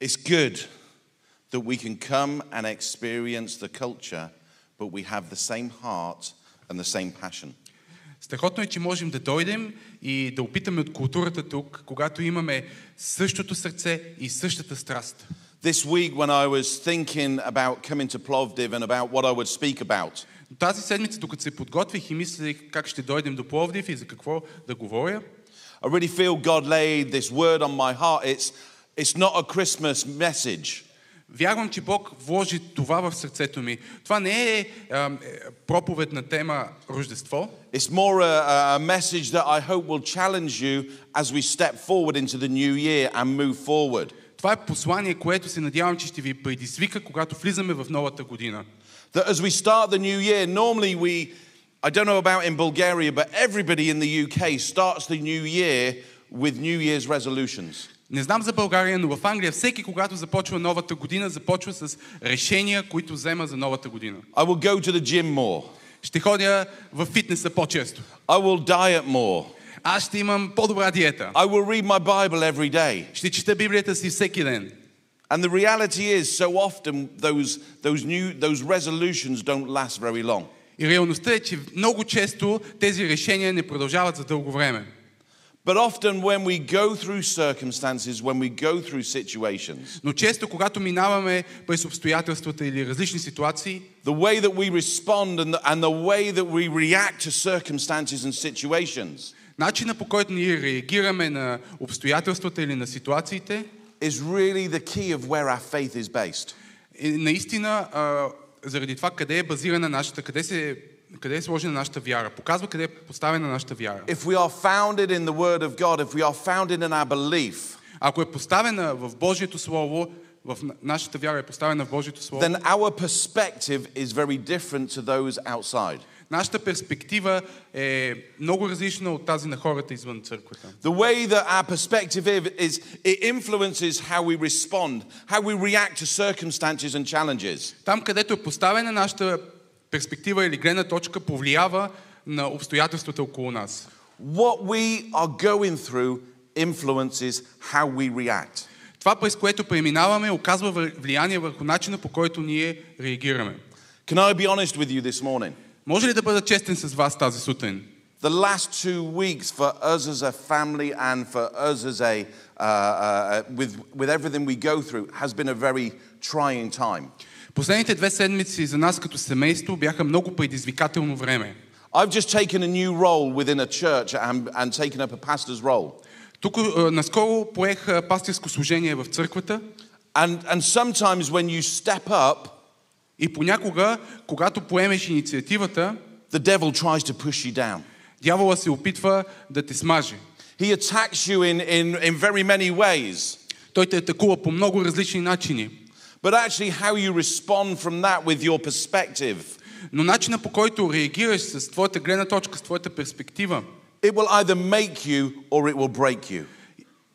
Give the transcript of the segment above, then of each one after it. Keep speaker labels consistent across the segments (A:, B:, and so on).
A: It's good that we can come and experience the culture, but we have the same heart and the same passion.
B: Страхотно е, че можем да дойдем и да опитаме от културата тук, когато имаме същото сърце и същата страст.
A: This week, when I was thinking about coming to Plovdiv and about what I would speak about,
B: Но тази седмица, докато се подготвих и мислех как ще дойдем до Пловдив и за какво да говоря,
A: I really feel God laid this word on my heart. It's, it's not a Christmas message,
B: вярвам, че Бог вложи това в сърцето ми. Това не е ам, е, проповед на тема Рождество,
A: it's more a, a message that I hope will challenge you as we step forward into the new year and move forward.
B: това е послание, което се надявам, че ще ви предизвика, когато влизаме в новата година.
A: That as we start the new year, normally we, I don't know about in Bulgaria, but everybody in the UK starts the new year with New Year's resolutions.
B: Не знам за България, но в Англия всеки, когато започва новата година, започва с решения, които взема за новата година.
A: I will go to the gym more.
B: Ще ходя в фитнеса по-често.
A: I will diet more.
B: Аз ще имам по-добра диета.
A: I will read my Bible every day.
B: Ще чета Библията си всеки ден.
A: And the reality is, so often those, those, new, those resolutions don't last very long.
B: И реалността е, че много често тези решения не продължават за дълго време.
A: But often, when we go through circumstances, when we go through situations,
B: Но често, когато минаваме през обстоятелствата или различни ситуации,
A: the way that we respond and the, and the way that we react to circumstances and situations
B: начина по който ние реагираме на обстоятелствата или на ситуациите,
A: is really the key of where our faith is based.
B: е наистина а, заради това къде е базирана нашата, къде, се, къде е сложена нашата вяра. Показва къде е поставена нашата вяра.
A: If we are founded in the Word of God, if we are founded in our belief,
B: Ако е поставена в Божието Слово, в на- нашата вяра е поставена в Божието Слово,
A: then our perspective is very different to those outside.
B: нашата перспектива е много различна от тази на хората извън църквата.
A: The way that our perspective is, is- it influences how we respond, how we react to circumstances and challenges.
B: Там, където е поставена нашата перспектива или гледна точка, повлиява на обстоятелствата около нас.
A: What we are going through influences how we react.
B: Това, през което преминаваме, оказва вър- влияние върху начина, по който ние реагираме.
A: Can I be honest with you this morning?
B: Може ли да бъда честен с вас тази сутрин?
A: The last two weeks for us as a family and for us as a, uh, uh, with, with everything we go through, has been a very trying time.
B: Последните две седмици за нас като семейство бяха много предизвикателно време.
A: I've just taken a new role within a church and, and taken up a pastor's role.
B: Тук а, наскоро поех а, пастирско служение в църквата
A: And, and sometimes when you step up,
B: и понякога, когато поемеш инициативата,
A: The devil tries to push you down.
B: дявола се опитва да те смаже.
A: He attacks you in, in, in very many ways.
B: Той те атакува по много различни начини.
A: But actually, how you respond from that with your perspective,
B: Но начина по който реагираш с твоята гледна точка, с твоята перспектива,
A: it will either make you or it will break you.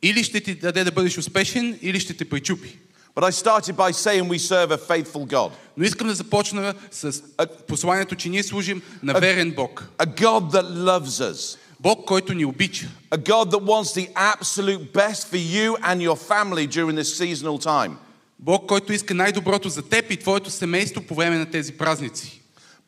B: или ще ти даде да бъдеш успешен, или ще те пречупи.
A: But I started by saying we serve a faithful God,
B: Но искам да започна с посланието, че ние служим на верен Бог.
A: a God that loves us,
B: Бог, който ни обича.
A: a God that wants the absolute best for you and your family during this seasonal time.
B: Бог, който иска най-доброто за теб и твоето семейство по време на тези празници.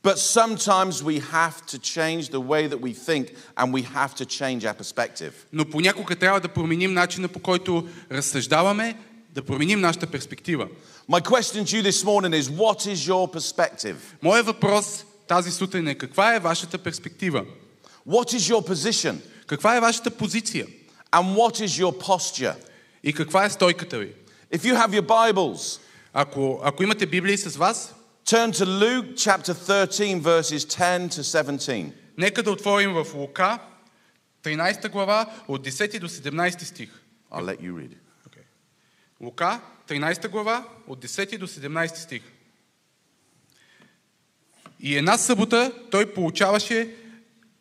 A: But sometimes we have to change the way that we think and we have to change our perspective.
B: Но понякога трябва да променим начина по който разсъждаваме, да променим нашата перспектива.
A: My question to you this morning is what is your perspective?
B: Моят въпрос тази сутрин е каква е вашата перспектива?
A: What is your position
B: Каква е вашата позиция?
A: and what is your posture?
B: И каква е стойката ви?
A: If you have your Bibles,
B: Ако, ако имате Библии с вас,
A: turn to Luke chapter 13, verses 10 to 17.
B: нека да отворим в Лука, 13 глава, от 10 до 17 стих.
A: I'll let you read it.
B: Okay. Лука, 13 глава, от 10 до 17 стих. И една събота той получаваше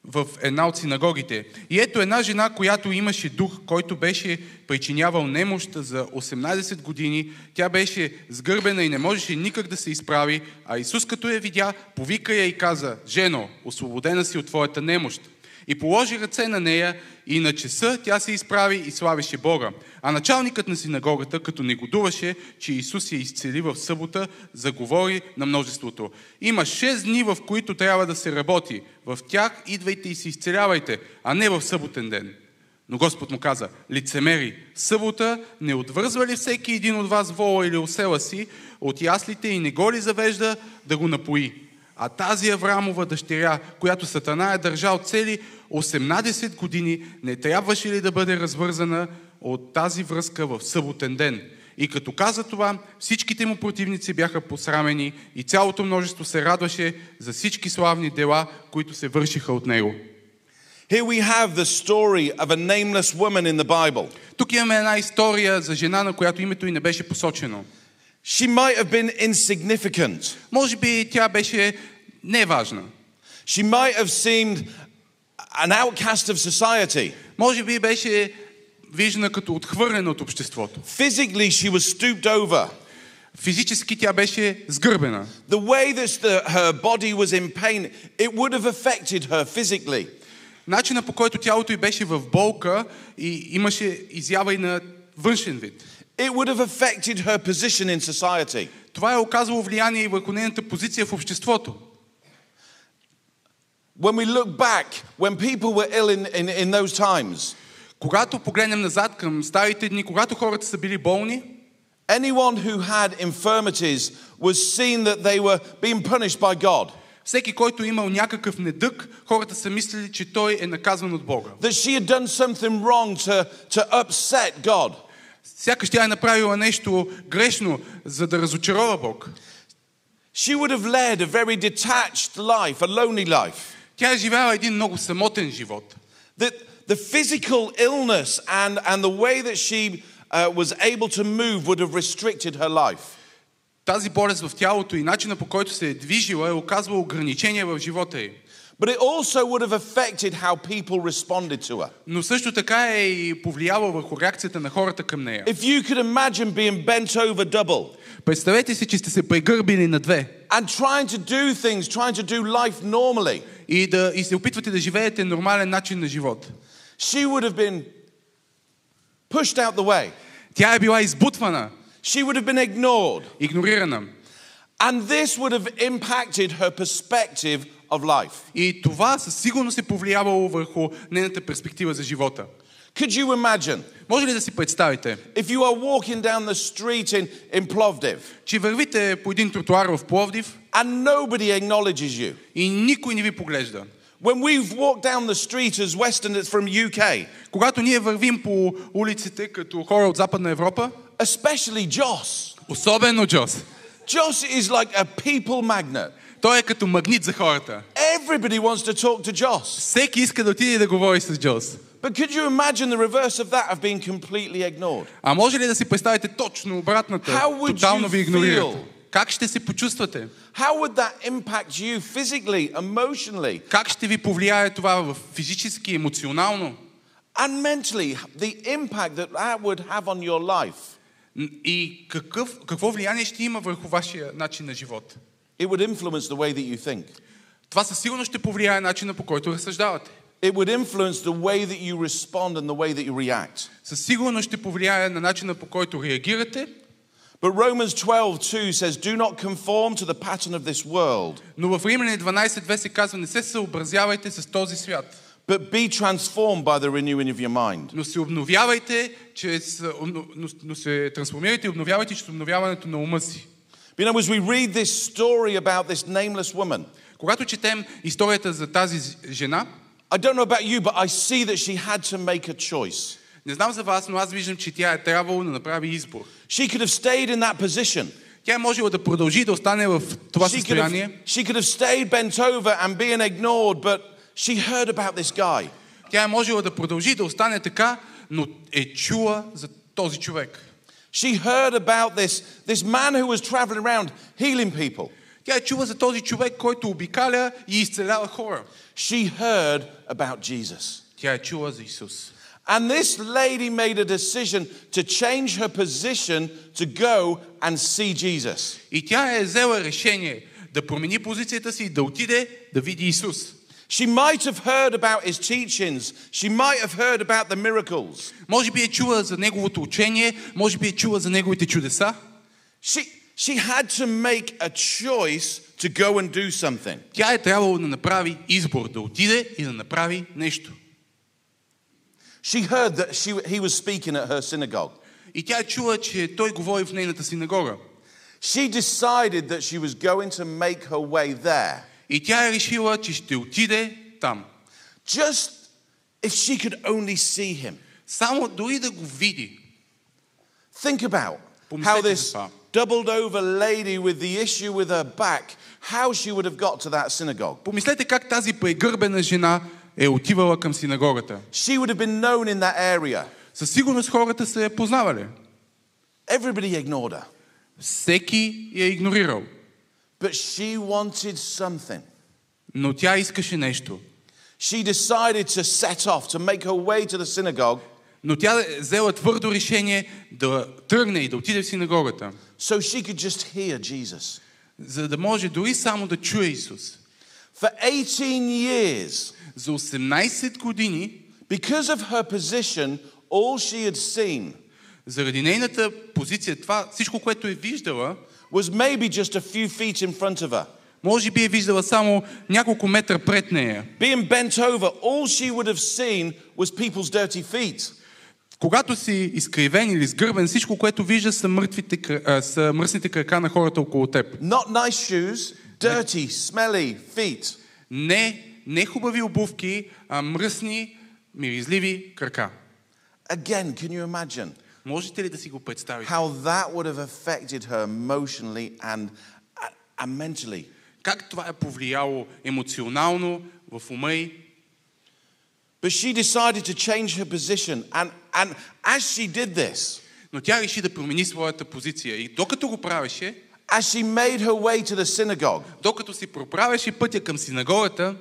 B: в една от синагогите. И ето една жена, която имаше дух, който беше причинявал немощ за 18 години. Тя беше сгърбена и не можеше никак да се изправи. А Исус като я видя, повика я и каза, «Жено, освободена си от твоята немощ». И положи ръце на нея и на часа тя се изправи и славеше Бога. А началникът на синагогата, като негодуваше, че Исус я изцели в събота, заговори на множеството. Има 6 дни, в които трябва да се работи. В тях идвайте и се изцелявайте, а не в съботен ден. Но Господ му каза, лицемери, събота не отвързва ли всеки един от вас вола или осела си от яслите и не го ли завежда да го напои? А тази Аврамова дъщеря, която Сатана е държал цели 18 години, не трябваше ли да бъде развързана от тази връзка в съботен ден? И като каза това, всичките му противници бяха посрамени и цялото множество се радваше за всички славни дела, които се вършиха от него.
A: Here we have the story of a nameless woman in the Bible.
B: Тук имаме една история за жена, на която името й не беше посочено.
A: She might have been insignificant.
B: Може би тя беше неважна.
A: She might have seemed an outcast of society.
B: Може би беше виждана като отхвърлена от обществото.
A: Physically, she was stooped over.
B: Физически тя беше сгърбена.
A: The way that the, her body was in pain, it would have affected her physically.
B: Начина по който тялото й беше в болка и имаше изява и на външен вид.
A: It would have affected her position in society.
B: Това е оказало влияние и върху нейната позиция в обществото.
A: When we look back, when people were ill in, in, in those times,
B: Когато погледнем назад към старите дни, когато хората са били болни,
A: anyone who had infirmities was seen that they were being punished by God.
B: всеки, който е имал някакъв недък, хората са мислили, че той е наказан от Бога.
A: That she had done something wrong to, to upset God.
B: Сякаш тя е направила нещо грешно, за да разочарова Бог.
A: She would have led a very detached life, a lonely life.
B: Тя е живяла един много самотен живот.
A: That the physical illness and, and the way that she uh, was able to move would have restricted her life.
B: Тази болест в тялото и начина по който се е движила е оказвала ограничения в живота й.
A: But it also would have affected how people responded to her.
B: Но също така е и повлияла върху реакцията на хората към нея.
A: If you could imagine being bent over double
B: Представете си, че сте се прегърбили на две
A: and trying to do things, trying to do life normally,
B: и, да, и се опитвате да живеете нормален начин на живот.
A: she would have been pushed out the way.
B: Тя е била избутвана,
A: She would have been ignored.
B: игнорирана.
A: And this would have impacted her perspective of life.
B: И това със сигурност е повлиявало върху нейната перспектива за живота.
A: Could you imagine
B: Може ли да си представите,
A: if you are walking down the street in, in Plovdiv
B: че вървите по един тротуар в Пловдив
A: and nobody acknowledges you?
B: и никой не ви поглежда?
A: When we've walked down the street as Westerners from UK,
B: Когато ние вървим по улиците като хора от Западна Европа,
A: especially Joss,
B: особено Джос,
A: Joss is like a people magnet.
B: той е като магнит за хората.
A: Everybody wants to talk to Joss.
B: Всеки иска да отиде и да говори с Джос.
A: But could you imagine the reverse of that of being completely ignored?
B: А може ли да си представите точно
A: How
B: обратната?
A: would you
B: Тотално ви игнорират.
A: feel?
B: Как ще се почувствате?
A: How would that impact you physically, emotionally,
B: Как ще ви повлияе това в физически, емоционално?
A: and mentally? The impact that that would have on your life.
B: Н- И какъв, какво влияние ще има върху вашия начин на живот?
A: It would influence the way that you think.
B: Това със сигурност ще повлияе начина по който разсъждавате.
A: It would influence the way that you respond and the way that you react.
B: Със сигурност ще повлияе на начина по който реагирате,
A: But Romans 12, 2 says, Do not conform to the pattern of this world,
B: но в Римляни 12.2 се казва не се съобразявайте с този свят,
A: but be transformed by the renewing of your mind.
B: но се обновявайте, чрез, но, но се трансформирайте и обновявайте чрез обновяването на ума си.
A: You know, as we read this story about this nameless woman,
B: Когато четем историята за тази з- жена,
A: I don't know about you, but I see that she had to make a choice.
B: не знам за вас, но аз виждам, че тя е трябвало да направи избор.
A: She could have stayed in that position.
B: Тя е можела да продължи да остане в това
A: She could, have,
B: състояние.
A: she could have stayed bent over and being ignored, but she heard about this guy.
B: Тя е можела да продължи да остане така, но е чула за този човек.
A: She heard about this, this man who was traveling around healing people.
B: Тя е чула за този човек, който обикаля и изцелява хора.
A: She heard about Jesus.
B: Тя е чула за Исус.
A: And this lady made a decision to change her position to go and see Jesus.
B: И тя е взела решение да промени позицията си и да отиде да види Исус.
A: She might have heard about his teachings. She might have heard about the miracles.
B: Може би е чула за неговото учение, може би е чула за неговите чудеса.
A: She, she had to make a choice to go and do something.
B: Тя е трябвало да направи избор, да отиде и да направи нещо.
A: She heard that she, he was speaking at her synagogue.
B: И тя е чула, че той говори в нейната синагога.
A: She decided that she was going to make her way there.
B: И тя е решила, че ще отиде там.
A: Just if she could only see him.
B: Само дори да го види.
A: Think about
B: Помислете
A: how
B: за
A: this
B: това.
A: doubled over lady with the issue with her back, how she would have got to that synagogue.
B: Помислете как тази прегърбена жена е отивала към синагогата.
A: She would have been known in that area.
B: Със сигурност хората са я познавали.
A: Everybody ignored her.
B: Всеки я е игнорирал.
A: But she wanted something.
B: Но тя искаше нещо.
A: She decided to set off, to make her way to the synagogue,
B: Но тя е взела твърдо решение да тръгне и да отиде в синагогата,
A: so she could just hear Jesus.
B: за да може дори само да чуе Исус.
A: For 18 years,
B: За 18 години,
A: because of her position, all she had seen
B: заради нейната позиция, това всичко, което е виждала,
A: was maybe just a few feet in front of her.
B: може би е виждала само няколко метра пред нея.
A: Being bent over, all she would have seen was people's dirty feet.
B: Когато си изкривен или сгърбен, всичко, което вижда, са, мъртвите, кра- а, са мръсните крака на хората около теб.
A: Not nice shoes, dirty, smelly feet.
B: Не, не хубави обувки, а мръсни, миризливи крака.
A: Again, can you imagine
B: Можете ли да си го представите?
A: how that would have affected her emotionally and, uh, and mentally?
B: Как това е повлияло емоционално в ума й?
A: But she decided to change her position. And, and as she did this,
B: Но тя реши да промени своята позиция. И докато го правеше,
A: as she made her way to the synagogue,
B: докато си проправяше пътя към синагогата,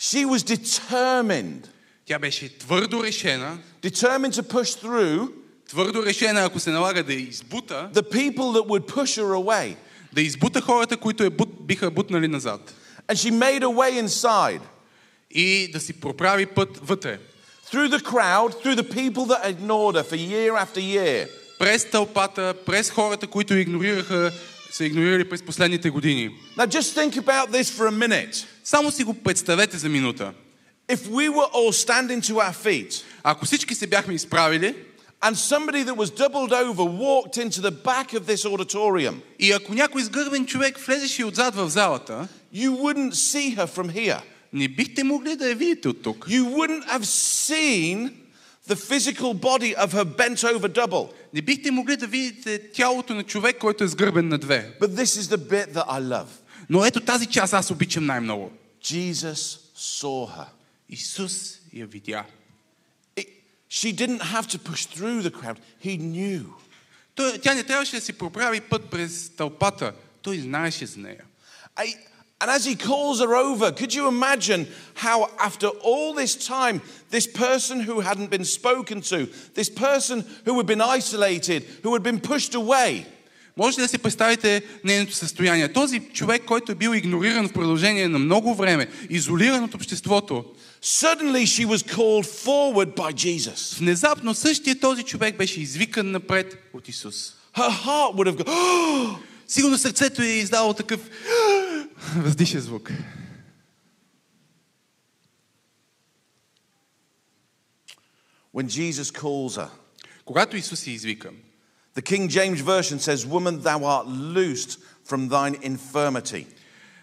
A: she was determined,
B: тя беше твърдо решена,
A: determined to push through
B: твърдо решена, ако се налага да я избута,
A: the people that would push her away.
B: да избута хората, които я бут, биха бутнали назад.
A: And she made her way inside,
B: и да си проправи път вътре.
A: through the crowd, through the people that ignored her for year after year.
B: През тълпата, през хората, които игнорираха, са игнорирали през последните години.
A: Now, just think about this for a minute.
B: Само си го представете за минута.
A: If we were all standing to our feet
B: Ако всички се бяхме изправили
A: and somebody that was doubled over walked into the back of this auditorium,
B: и ако някой сгърбен човек влезеше отзад в залата,
A: you wouldn't see her from here.
B: не бихте могли да я видите от тук.
A: You wouldn't have seen the physical body of her bent over double.
B: Не бихте могли да видите тялото на човек, който е сгърбен на две.
A: But this is the bit that I love.
B: Но ето тази част аз обичам най-много.
A: Jesus saw her.
B: Исус я видя.
A: It, she didn't have to push through the crowd, he knew.
B: Той, тя не трябваше да си проправи път през тълпата. Той знаеше за нея.
A: I, and as he calls her over, could you imagine how, after all this time, this person who hadn't been spoken to, this person who had been isolated, who had been pushed away,
B: Може ли да си представите нейното състояние? Този човек, който е бил игнориран в продължение на много време, изолиран от обществото,
A: suddenly she was called forward by Jesus.
B: внезапно същия този човек беше извикан напред от Исус.
A: Her heart would have gone, oh!
B: Сигурно сърцето е издало такъв въздишен звук.
A: When Jesus calls her,
B: Когато Исус я извика,
A: the King James Version says, Woman, thou art loosed from thine infirmity.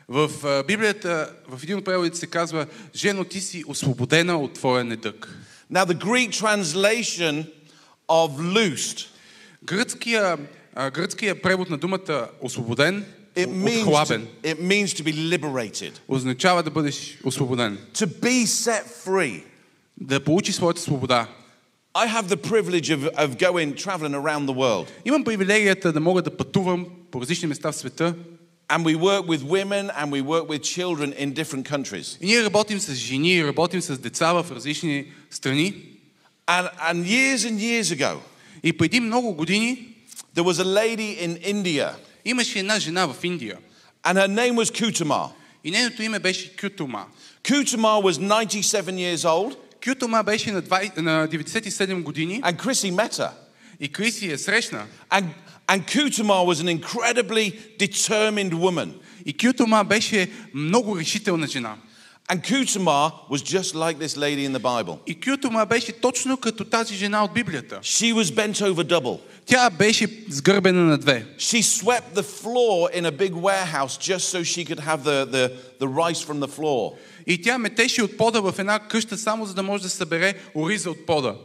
B: в а, Библията, в един от преводите се казва, жено, ти си освободена от твоя недък.
A: Now, the Greek translation of loosed,
B: Гръцкия, а, гръцкия превод на думата освободен, е
A: it means, to,
B: отхлабен,
A: it means to be liberated.
B: означава да бъдеш освободен.
A: to be set free.
B: да получи своята свобода.
A: I have the privilege of, of going traveling around the world,
B: Имам привилегията да мога да пътувам по различни места в света
A: and we work with women and we work with children in different countries.
B: и ние работим с жени, работим с деца в различни страни.
A: And, and years and years ago,
B: И преди много години
A: there was a lady in India,
B: имаше една жена в Индия
A: and her name was Kutamar.
B: И нейното име беше Кютума.
A: Kutamar was 97 years old,
B: Кютума беше на, 20, на 97 години
A: and Chrissy met her.
B: и Криси я срещна.
A: And, and Kutamar was an incredibly determined woman.
B: И Кютума беше много решителна жена.
A: And Kutamar was just like this lady in the Bible.
B: И Кютума беше точно като тази жена от Библията.
A: She was bent over double.
B: Тя беше сгърбена на две.
A: She swept the floor in a big warehouse just so she could have the, the, the rice from the floor.
B: И тя метеше от пода в една къща, само за да може да събере ориза от пода.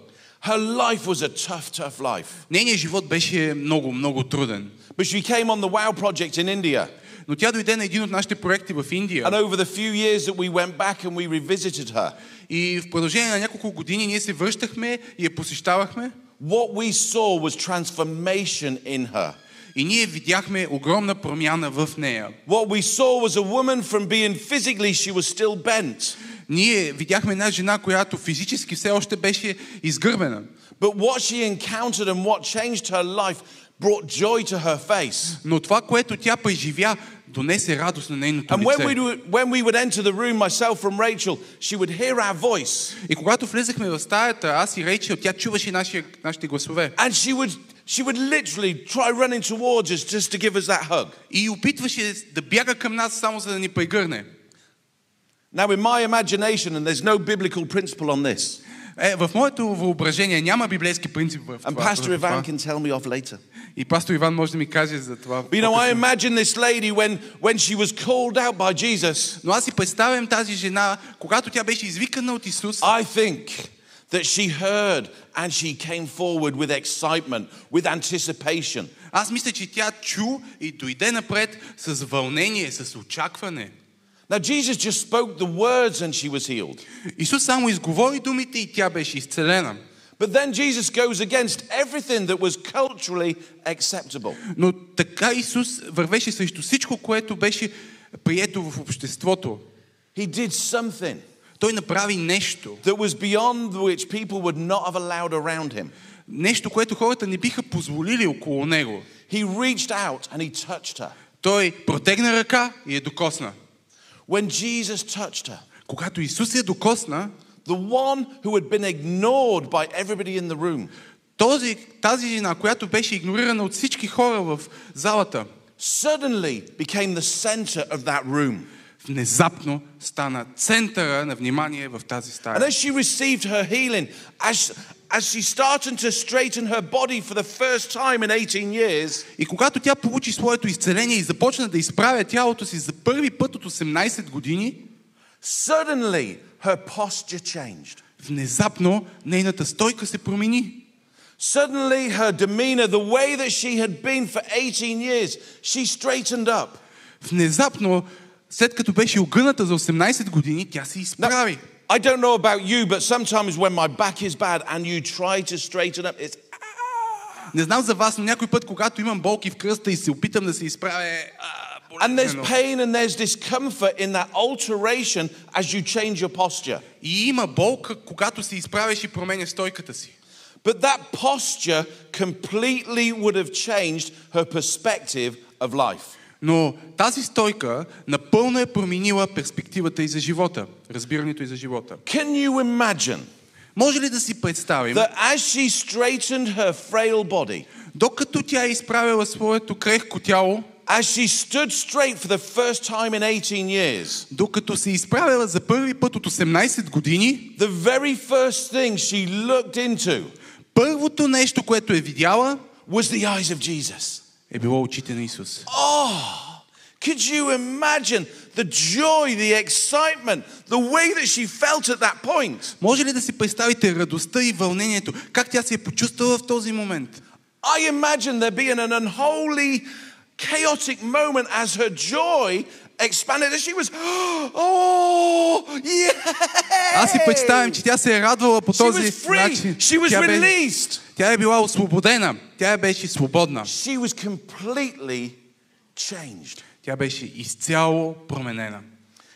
A: Her life was a tough, tough life.
B: Нейният живот беше много, много труден.
A: But she came on the WOW project in India.
B: Но тя дойде на един от нашите проекти в
A: And
B: Индия.
A: over the few years that we went back and we revisited her,
B: И в продължение на няколко години ние се връщахме и я посещавахме.
A: what we saw was transformation in her.
B: И ние видяхме огромна промяна в нея.
A: What we saw was a woman from being physically, she was still bent.
B: Ние видяхме една жена, която физически все още беше изгърбена.
A: But what she encountered and what changed her life brought joy to her face.
B: Но това, което тя преживя, донесе радост на нейното
A: And when we,
B: лице.
A: would, when we would enter the room, myself and Rachel, she would hear our voice
B: И когато влезахме в стаята, аз и Рейчел, тя чуваше нашия, нашите гласове.
A: and she would, she would literally try running towards us just to give us that hug.
B: И опитваше да бяга към нас само за да ни прегърне.
A: Now, in my imagination, and there's no biblical principle on this,
B: Е, в моето въображение няма библейски принцип в
A: and
B: това.
A: Pastor
B: в това.
A: Ivan can tell me off later.
B: И пастор Иван може да ми каже за това.
A: But, you know, I
B: по-късно.
A: imagine this lady when, when she was called out by Jesus,
B: Но аз си представям тази жена, когато тя беше извикана от Исус,
A: I think that she heard and she came forward with excitement, with anticipation.
B: аз мисля, че тя чу и дойде напред с вълнение, с очакване.
A: Now, Jesus just spoke the words and she was healed.
B: Исус само изговори думите и тя беше изцелена.
A: But then Jesus goes against everything that was culturally acceptable.
B: Но така Исус вървеше срещу всичко, което беше прието в обществото.
A: He did something
B: Той направи нещо.
A: that was beyond which people would not have allowed around him.
B: Нещо, което хората не биха позволили около него.
A: He reached out and he touched her.
B: Той протегна ръка и я докосна.
A: When Jesus touched her,
B: Когато Исус я докосна,
A: the one who had been ignored by everybody in the room
B: този, тази жена, която беше игнорирана от всички хора в залата,
A: suddenly became the center of that room.
B: внезапно стана центъра на внимание в тази
A: And
B: стая.
A: as she received her healing, as, as she started to straighten her body for the first time in 18 years,
B: И когато тя получи своето изцеление и започна да изправя тялото си за първи път от 18 години,
A: suddenly her posture changed.
B: внезапно нейната стойка се промени.
A: Suddenly her demeanor, the way that she had been for 18 years, she straightened up.
B: Внезапно, след като беше огъната за 18 години, тя се изправи.
A: I don't know about you, but sometimes when my back is bad and you try to straighten up, it's
B: Не знам за вас, но някой път, когато имам болки в кръста и се опитам да се изправя, е, а,
A: and there's
B: болезнено.
A: pain and there's discomfort in that alteration as you change your posture.
B: и има болка, когато се изправяш и променяш стойката си.
A: But that posture completely would have changed her perspective of life.
B: Но тази стойка напълно е променила перспективата и за живота, разбирането и за живота.
A: Can you imagine
B: Може ли да си представим,
A: that as she straightened her frail body,
B: докато тя е изправила своето крехко тяло,
A: as she stood straight for the first time in 18 years,
B: докато се е изправила за първи път от 18 години,
A: the very first thing she looked into
B: първото нещо, което е видяла,
A: was the eyes of Jesus?
B: е било очите на Исус.
A: Could you imagine the joy, the excitement, the way that she felt at that point?
B: Може ли да си представите радостта и вълнението? Как тя се е почувствала в този момент?
A: I imagine there being an unholy, chaotic moment as her joy expanded, as she was, oh, yeah!
B: Аз си представям, че тя се е радвала по
A: She was
B: този начин.
A: free. She was
B: Тя, бе,
A: released.
B: тя е била освободена. Тя е беше свободна.
A: She was completely changed.
B: Тя беше изцяло променена.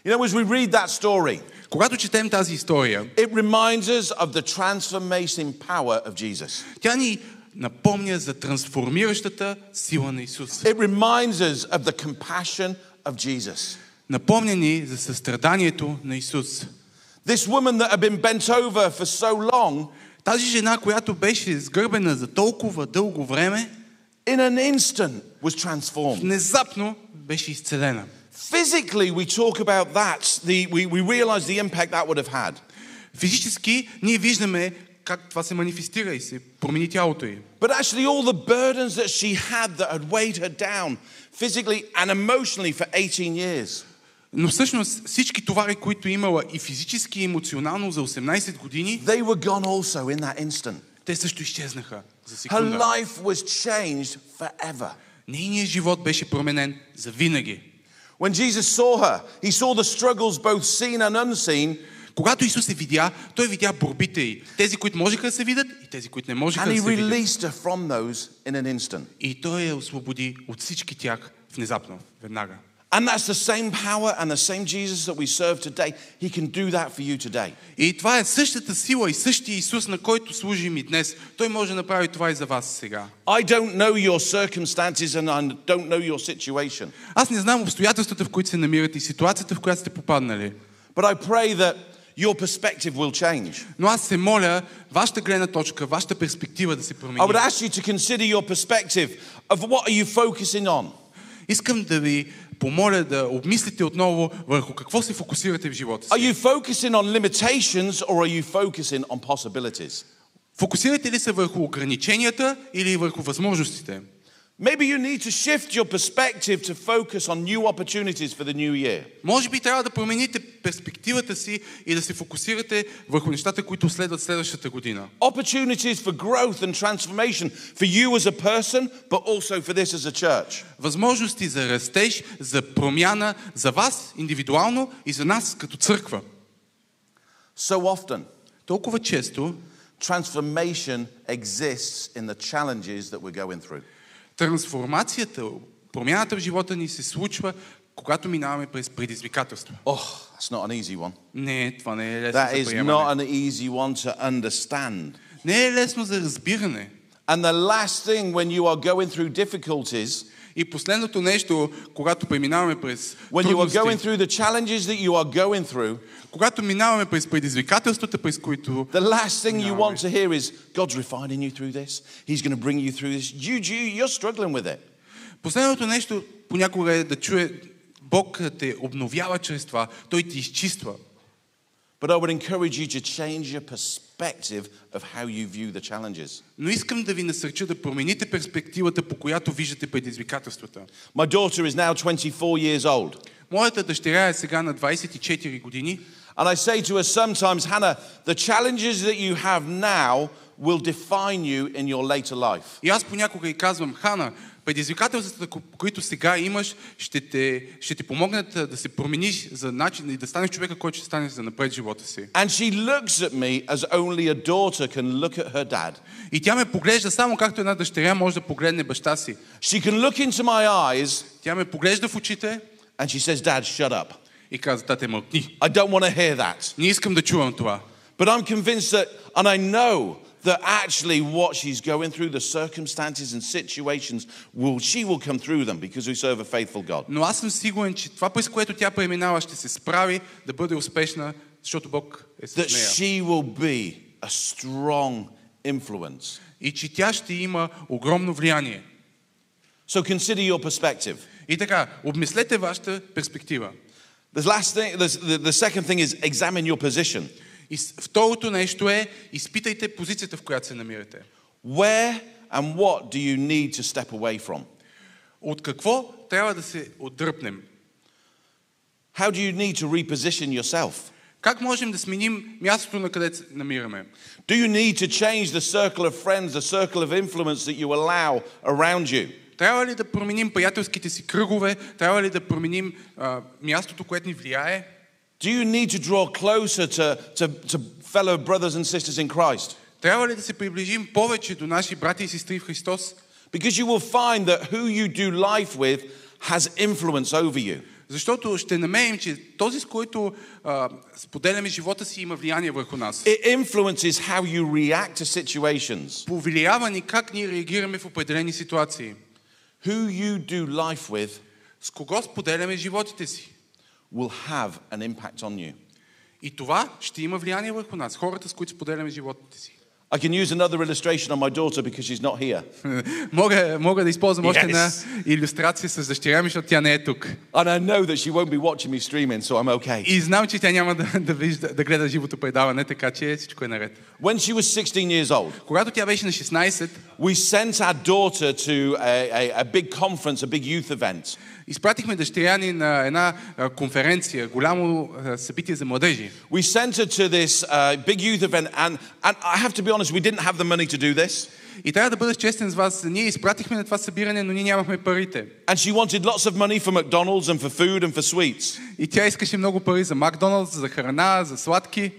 A: You know, as we read that story,
B: Когато четем тази история,
A: it reminds us of the transformation power of Jesus.
B: тя ни напомня за трансформиращата сила на Исус.
A: It reminds us of the compassion of Jesus.
B: Напомня ни за състраданието на Исус.
A: This woman that had been bent over for so long,
B: Тази жена, която беше сгърбена за толкова дълго време,
A: in an instant, was transformed.
B: внезапно беше изцелена.
A: Physically, we talk about that. The, we, we realize the impact that would have had.
B: Физически ние виждаме как това се манифестира и се промени тялото й.
A: But actually, all the burdens that she had that had weighed her down physically and emotionally for 18 years.
B: Но всъщност всички товари, които е имала и физически, и емоционално за 18 години,
A: They were gone also in that instant.
B: те също изчезнаха за
A: Her
B: секунда.
A: life was changed forever.
B: Нейният живот беше променен за винаги.
A: When Jesus saw her, he saw the struggles both seen and unseen,
B: Когато Исус се видя, той видя борбите й. Тези, които можеха да се видят и тези, които не можеха
A: and
B: да
A: he
B: се видят.
A: released her from those in an instant.
B: И той я освободи от всички тях внезапно, веднага.
A: And that's the same power and the same Jesus that we serve today. He can do that for you today.
B: И това е същата сила и същия Исус, на който служим и днес. Той може да направи това и за вас сега.
A: I don't know your circumstances and I don't know your situation,
B: Аз не знам обстоятелствата, в които се намирате и ситуацията, в която сте попаднали.
A: but I pray that your perspective will change.
B: Но аз се моля, вашата гледна точка, вашата перспектива да се промени.
A: I would ask you to consider your perspective of what are you focusing on?
B: Искам да ви помоля да обмислите отново върху какво се фокусирате в живота
A: Are
B: си.
A: you focusing on limitations or are you focusing on possibilities?
B: Фокусирате ли се върху ограниченията или върху възможностите?
A: Maybe you need to shift your perspective to focus on new opportunities for the new year.
B: Може би трябва да промените перспективата си и да се фокусирате върху нещата, които следват следващата година.
A: Opportunities for growth and transformation for you as a person, but also for this as a church.
B: Възможности за растеж, за промяна за вас индивидуално и за нас като църква.
A: So often,
B: Толкова често
A: transformation exists in the challenges that we're going through.
B: трансформацията, промяната в живота ни се случва, когато минаваме през предизвикателства.
A: Oh, that's not an easy one.
B: Не, това не е лесно
A: That
B: за
A: is
B: приемане.
A: not an easy one to understand.
B: Не е лесно за разбиране.
A: And the last thing when you are going through difficulties,
B: И последното нещо, когато преминаваме през
A: when you are
B: трудности,
A: going through the challenges that you are going through,
B: когато минаваме през предизвикателствата, през които
A: The last thing you
B: No,
A: want to hear is God's refining you through this. He's going to bring you through this. You, you, you're struggling with it.
B: последното нещо понякога е да чуе Бог те обновява чрез това, Той ти изчиства.
A: But I would encourage you to change your perspective of how you view the challenges.
B: Но искам да ви насърча да промените перспективата, по която виждате предизвикателствата.
A: My daughter is now 24 years old.
B: Моята дъщеря е сега на 24 години
A: And I say to her sometimes, Hannah, the challenges that you have now will define you in your later life.
B: И аз понякога и казвам, Хана, предизвикателствата, ко- които сега имаш, ще те, ще ти помогнат а, да се промениш за начин и да станеш човека, който ще станеш за напред в живота си.
A: And she looks at me as only a daughter can look at her dad.
B: И тя ме поглежда само както една дъщеря може да погледне баща си.
A: She can look into my eyes
B: Тя ме поглежда в очите
A: and she says, Dad, shut up.
B: и казва, тате, мълкни.
A: I don't want to hear that.
B: Не искам да чувам това.
A: But I'm convinced that, and I know that actually what she's going through, the circumstances and situations, will she will come through them because we serve a faithful God.
B: Но аз съм сигурен, че това, през което тя преминава, ще се справи да бъде успешна, защото Бог е с
A: That
B: нея.
A: she will be a strong influence.
B: И че тя ще има огромно влияние.
A: So consider your perspective.
B: И така, обмислете вашата перспектива.
A: The last thing, the, the, the second thing is examine your position.
B: И с- второто нещо е, изпитайте позицията, в която се намирате.
A: Where and what do you need to step away from?
B: От какво трябва да се отдръпнем?
A: How do you need to reposition yourself?
B: Как можем да сменим мястото, на където се намираме?
A: Do you need to change the circle of friends, the circle of influence that you allow around you?
B: Трябва ли да променим приятелските си кръгове? Трябва ли да променим а, мястото, което ни влияе?
A: Do you need to draw closer to, to, to fellow brothers and sisters in Christ?
B: Трябва ли да се приближим повече до наши брати и сестри в Христос?
A: Because you will find that who you do life with has influence over you.
B: Защото ще намерим, че този, с който а, споделяме живота си, има влияние върху нас. Е,
A: It influences how you react to situations.
B: Повлиява ни как ние реагираме в определени ситуации.
A: Who you do life with
B: С кого споделяме животите си?
A: will have an impact on you.
B: И това ще има влияние върху нас, хората, с които споделяме животите си.
A: I can use another illustration on my daughter because she's not here.
B: мога, мога да използвам още
A: Yes.
B: една иллюстрация с дъщеря ми, защото тя не е тук.
A: And I know that she won't be watching me streaming, so I'm okay.
B: И знам, че тя няма да, да, вижда, да гледа живото предаване, така че всичко е наред.
A: When she was 16 years old,
B: Когато тя беше на 16,
A: we sent our daughter to a, a, a big conference, a big youth event.
B: изпратихме дъщеря ни на една а, конференция, голямо а, събитие за младежи.
A: We sent her to this uh, big youth event, and, and I have to be honest, we didn't have the money to do this.
B: И трябва да бъда честен с вас, ние изпратихме на това събиране, но ние нямахме парите.
A: And she wanted lots of money for McDonald's and for food and for sweets.
B: И тя искаше много пари за Макдоналдс, за храна, за сладки.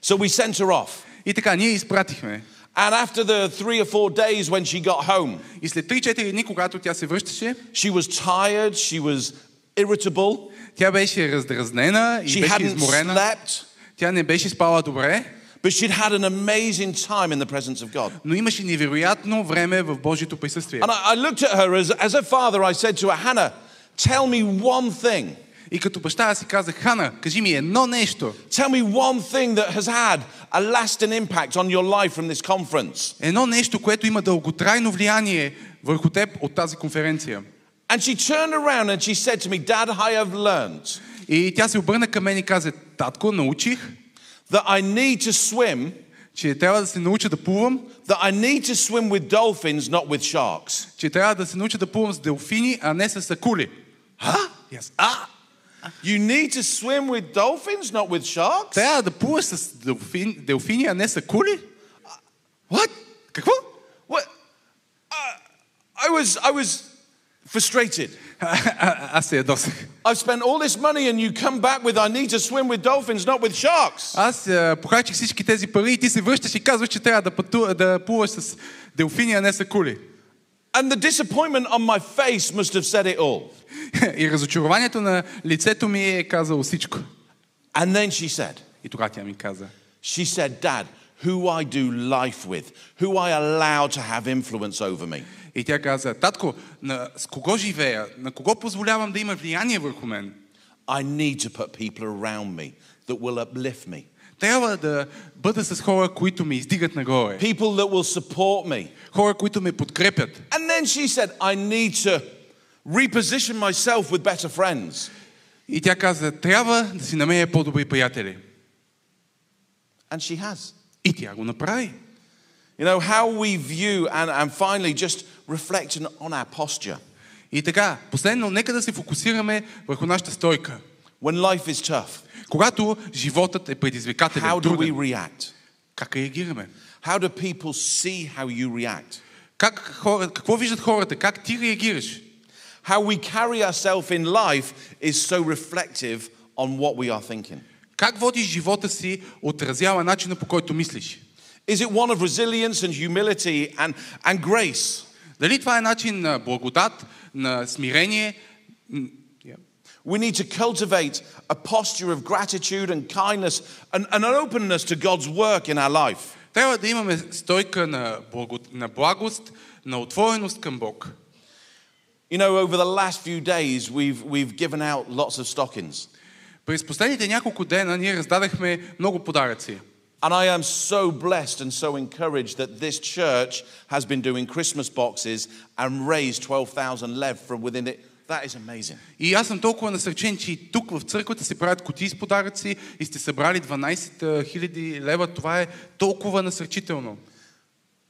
A: So we sent her off.
B: И така, ние изпратихме.
A: And after the three or four days when she got home,
B: И след 3-4 дни, когато тя се връщаше,
A: she was tired, she was irritable,
B: тя беше раздразнена и
A: she
B: беше
A: hadn't
B: изморена.
A: slept,
B: Тя не беше спала добре,
A: but she'd had an amazing time in the presence of God.
B: но имаше невероятно време в Божието присъствие.
A: And I, I looked at her as, as a father, I said to her, Hannah, tell me one thing.
B: И като баща аз си казах, Хана, кажи ми едно нещо.
A: Tell me one thing that has had a lasting impact on your life from this conference.
B: Едно нещо, което има дълготрайно влияние върху теб от тази конференция.
A: And she turned around and she said to me, Dad, I have learned
B: И тя се обърна към мен и каза, татко, научих,
A: that I need to swim,
B: че трябва да се науча да плувам,
A: that I need to swim with dolphins, not with sharks.
B: че трябва да се науча да плувам с делфини, а не с акули.
A: Huh? Ah.
B: Yes. А,
A: You need to swim with dolphins, not with sharks?
B: трябва да плуваш с делфин, делфини, а не с акули?
A: What?
B: Какво?
A: What? Uh, I was, I was frustrated.
B: А, а, аз се ядосах.
A: I've spent all this money and you come back with, I need to swim with dolphins, not with sharks.
B: Аз а, похарчих всички тези пари и ти се връщаш и казваш, че трябва да, пъту, да плуваш с делфини, а не с акули.
A: And the disappointment on my face must have said it all.
B: И разочарованието на лицето ми е казало всичко.
A: And then she said,
B: И тогава тя ми каза,
A: She said, Dad, who I do life with, who I allow to have influence over me.
B: и тя каза, татко, на, с кого живея? На кого позволявам да има влияние върху мен?
A: I need to put people around me that will uplift me,
B: Трябва да бъда с хора, които ме издигат нагоре.
A: people that will support me.
B: Хора, които ме подкрепят.
A: And then she said, I need to reposition myself with better friends.
B: И тя каза, трябва да си намеря по-добри приятели.
A: And she has.
B: И тя го направи.
A: You know, how we view, and, and finally, just reflecting on our posture.
B: И така, последно, нека да се фокусираме върху нашата стойка.
A: When life is tough,
B: Когато животът е предизвикателен,
A: how do we
B: труден,
A: react?
B: как реагираме?
A: How do people see how you react?
B: Как хора, какво виждат хората? Как ти реагираш?
A: How we carry ourselves in life is so reflective on what we are thinking.
B: Как водиш живота си отразява начина по който мислиш?
A: Is it one of resilience and humility and, and grace?
B: Дали това е начин на благодат, на смирение? М, я.
A: We need to cultivate a posture of gratitude and kindness and, and an openness to God's work in our life.
B: Трябва да имаме стойка на, благо, на благост, на отвореност към Бог.
A: You know, over the last few days, we've, we've given out lots of stockings.
B: През последните няколко дена ние раздадахме много подаръци.
A: And I am so blessed and so encouraged that this church has been doing Christmas boxes and raised 12,000 lev from within it. That is amazing.
B: И аз съм толкова насърчен, че и тук в църквата се правят кутии с подаръци и сте събрали 12 000 лева. Това е толкова насърчително.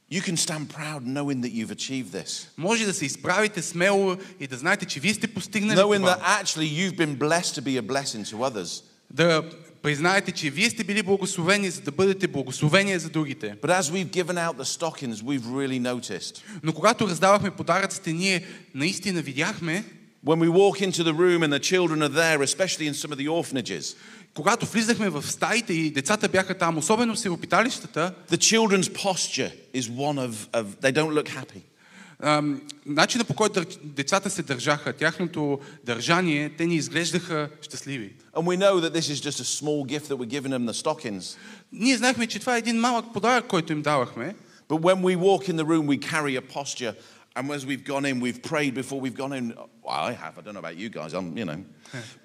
A: You can stand proud knowing that you've achieved this,
B: Може да се изправите смело и да знаете, че вие сте постигнали
A: knowing
B: това.
A: that actually you've been blessed to be a blessing to others.
B: Да признаете, че вие сте били благословени, за да бъдете благословение за другите.
A: But as we've given out the stockings, we've really noticed.
B: Но когато раздавахме подаръците, ние наистина видяхме,
A: When we walk into the room and the children are there, especially in some of the orphanages,
B: когато влизахме в стаите и децата бяха там, особено в сиропиталищата,
A: the children's posture is one of, of they don't look happy.
B: ам, начина по който дър- децата се държаха, тяхното държание, те ни изглеждаха щастливи.
A: And we know that this is just a small gift that we're giving them the stockings.
B: Ние знаехме, че това е един малък подарък, който им давахме,
A: But when we walk in the room, we carry a posture And as we've gone in, we've prayed before we've gone in. Well, I have. I don't know about you guys. I'm, you know.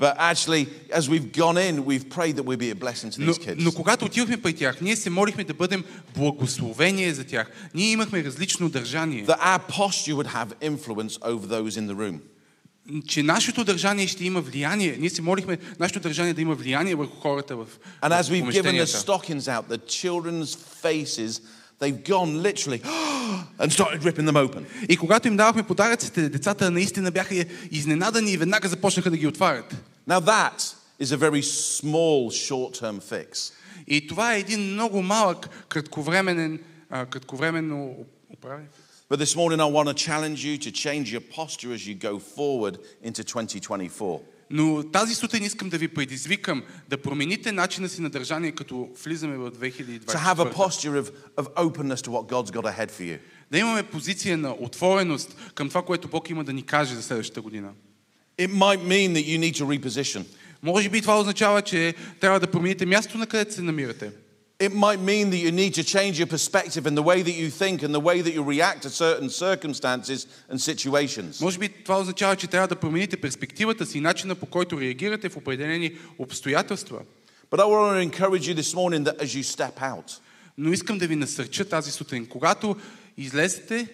A: But actually, as we've gone in, we've prayed that we'd be a blessing to
B: Но,
A: these kids.
B: но когато отивахме при тях, ние се молихме да бъдем благословение за тях. Ние имахме различно държание.
A: That our posture would have influence over those in the room.
B: Че нашето държание ще има влияние. Ние се молихме нашето държание да има влияние върху хората в,
A: And as
B: в
A: we've given the
B: помещенията.
A: stockings out, the children's faces, they've gone literally and started ripping them open.
B: И когато им давахме подаръците, децата наистина бяха изненадани и веднага започнаха да ги отварят.
A: Now, that is a very small short term fix.
B: И това е един много малък, кратковременен, а, кратковременно управление.
A: But this morning, I want to challenge you to change your posture as you go forward into 2024.
B: Но тази сутрин искам да ви предизвикам да промените начина си на държание, като влизаме в
A: To have a
B: 2024.
A: posture of, of openness to what God's got ahead for you.
B: Да имаме позиция на отвореност към това, което Бог има да ни каже за следващата година.
A: It might mean that you need to reposition.
B: Може би това означава, че трябва да промените място, на където се намирате.
A: It might mean that you need to change your perspective and the way that you think and the way that you react to certain circumstances and situations.
B: Може би това означава, че трябва да промените перспективата си и начина по който реагирате в определени обстоятелства.
A: But I want to encourage you this morning that as you step out,
B: Но искам да ви насърча тази сутрин. Когато излезете,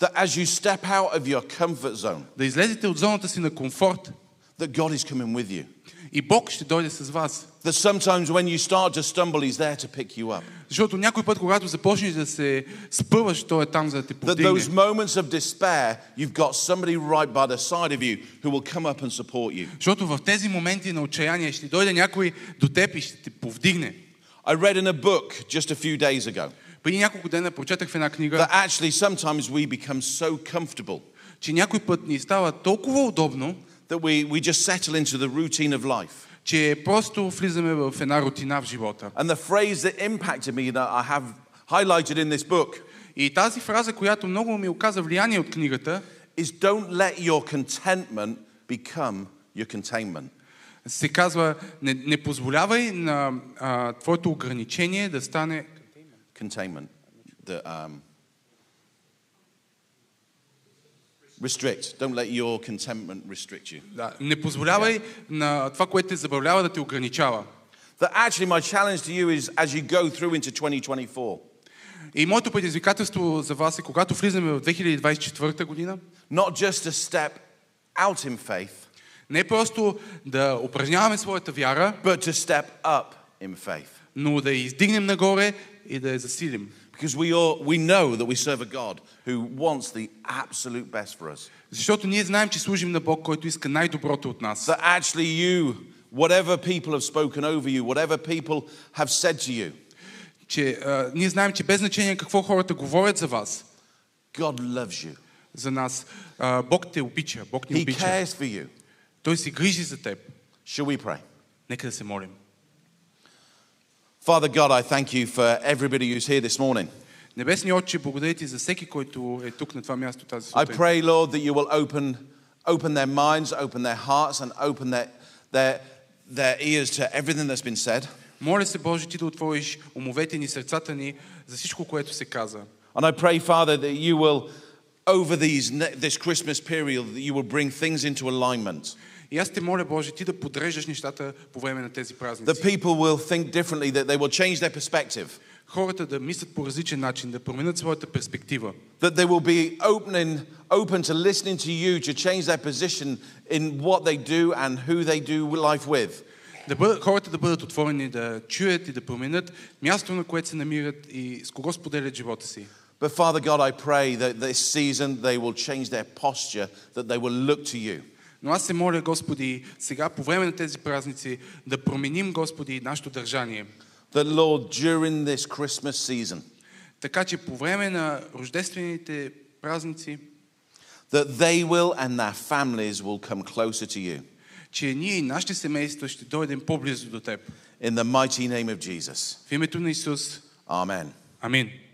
A: that as you step out of your comfort zone,
B: да излезете от зоната си на комфорт
A: that God is coming with you.
B: и Бог ще дойде с вас.
A: That sometimes when you start to stumble, He's there to pick you up.
B: Защото някой път, когато започнеш да се спъваш, той е там, за да те
A: That those
B: повдигне.
A: moments of despair, you've got somebody right by the side of you who will come up and support you.
B: Защото в тези моменти на отчаяние ще дойде някой до теб и ще те повдигне.
A: I read in a book just a few days ago
B: Преди няколко дена прочетах в една книга,
A: that actually sometimes we become so comfortable
B: че някой път ни става толкова удобно,
A: that we, we just settle into the routine of life.
B: че просто влизаме в една рутина в живота.
A: And the phrase that impacted me that I have highlighted in this book
B: И тази фраза, която много ми оказа влияние от книгата,
A: is don't let your contentment become your containment.
B: се казва не, не позволявай на а, твоето ограничение да стане
A: Containment. The, um, restrict. Don't let your contentment restrict you.
B: да, не позволявай на това, което те забавлява да те ограничава.
A: That actually, my challenge to you is as you go through into 2024,
B: И моето предизвикателство за вас е, когато влизаме в 2024 година,
A: not just to step out in faith,
B: не е просто да упражняваме своята вяра,
A: but to step up in faith.
B: но да я издигнем нагоре и да я засилим.
A: Because we, all, we know that we serve a God who wants the absolute best for us.
B: Защото ние знаем, че служим на Бог, който иска най-доброто от нас.
A: That actually, you, whatever people have spoken over you, whatever people have said to you,
B: Че а, ние знаем, че без значение какво хората говорят за вас,
A: God loves you.
B: за нас. А, Бог те обича, Бог ни
A: He
B: обича.
A: cares for you.
B: Той се грижи за теб.
A: Shall we pray?
B: Нека да се молим.
A: Father God, I thank you for everybody who's here this morning.
B: Небесни Отче, благодаря ти за всеки, който е тук на това място тази
A: I
B: сутрин.
A: pray, Lord, that you will open, open their minds, open their hearts, and open their, their, their ears to everything that's been said.
B: Моля се, Боже, ти да отвориш умовете ни, сърцата ни за всичко, което се каза.
A: And I pray, Father, that you will, over these, ne- this Christmas period, that you will bring things into alignment.
B: И аз те моля, Боже, ти да подреждаш нещата по време на тези
A: That
B: празници.
A: people will think differently, that they will change their perspective,
B: Хората да мислят по различен начин, да променят своята перспектива.
A: that they will be opening, open to listening to you to change their position in what they do and who they do life with.
B: Да бъдат, хората да бъдат отворени, да чуят и да променят място, на което се намират и с кого споделят живота си.
A: But Father God, I pray that this season they will change their posture, that they will look to you,
B: Но аз се моля, Господи, сега по време на тези празници да променим, Господи, нашето държание.
A: that Lord, during this Christmas season,
B: Така че по време на рождествените празници,
A: that they will and their families will come closer to you.
B: че ние и нашите семейства ще дойдем по-близо до Теб.
A: In the mighty name of Jesus.
B: В името на Исус.
A: Amen.
B: Амин.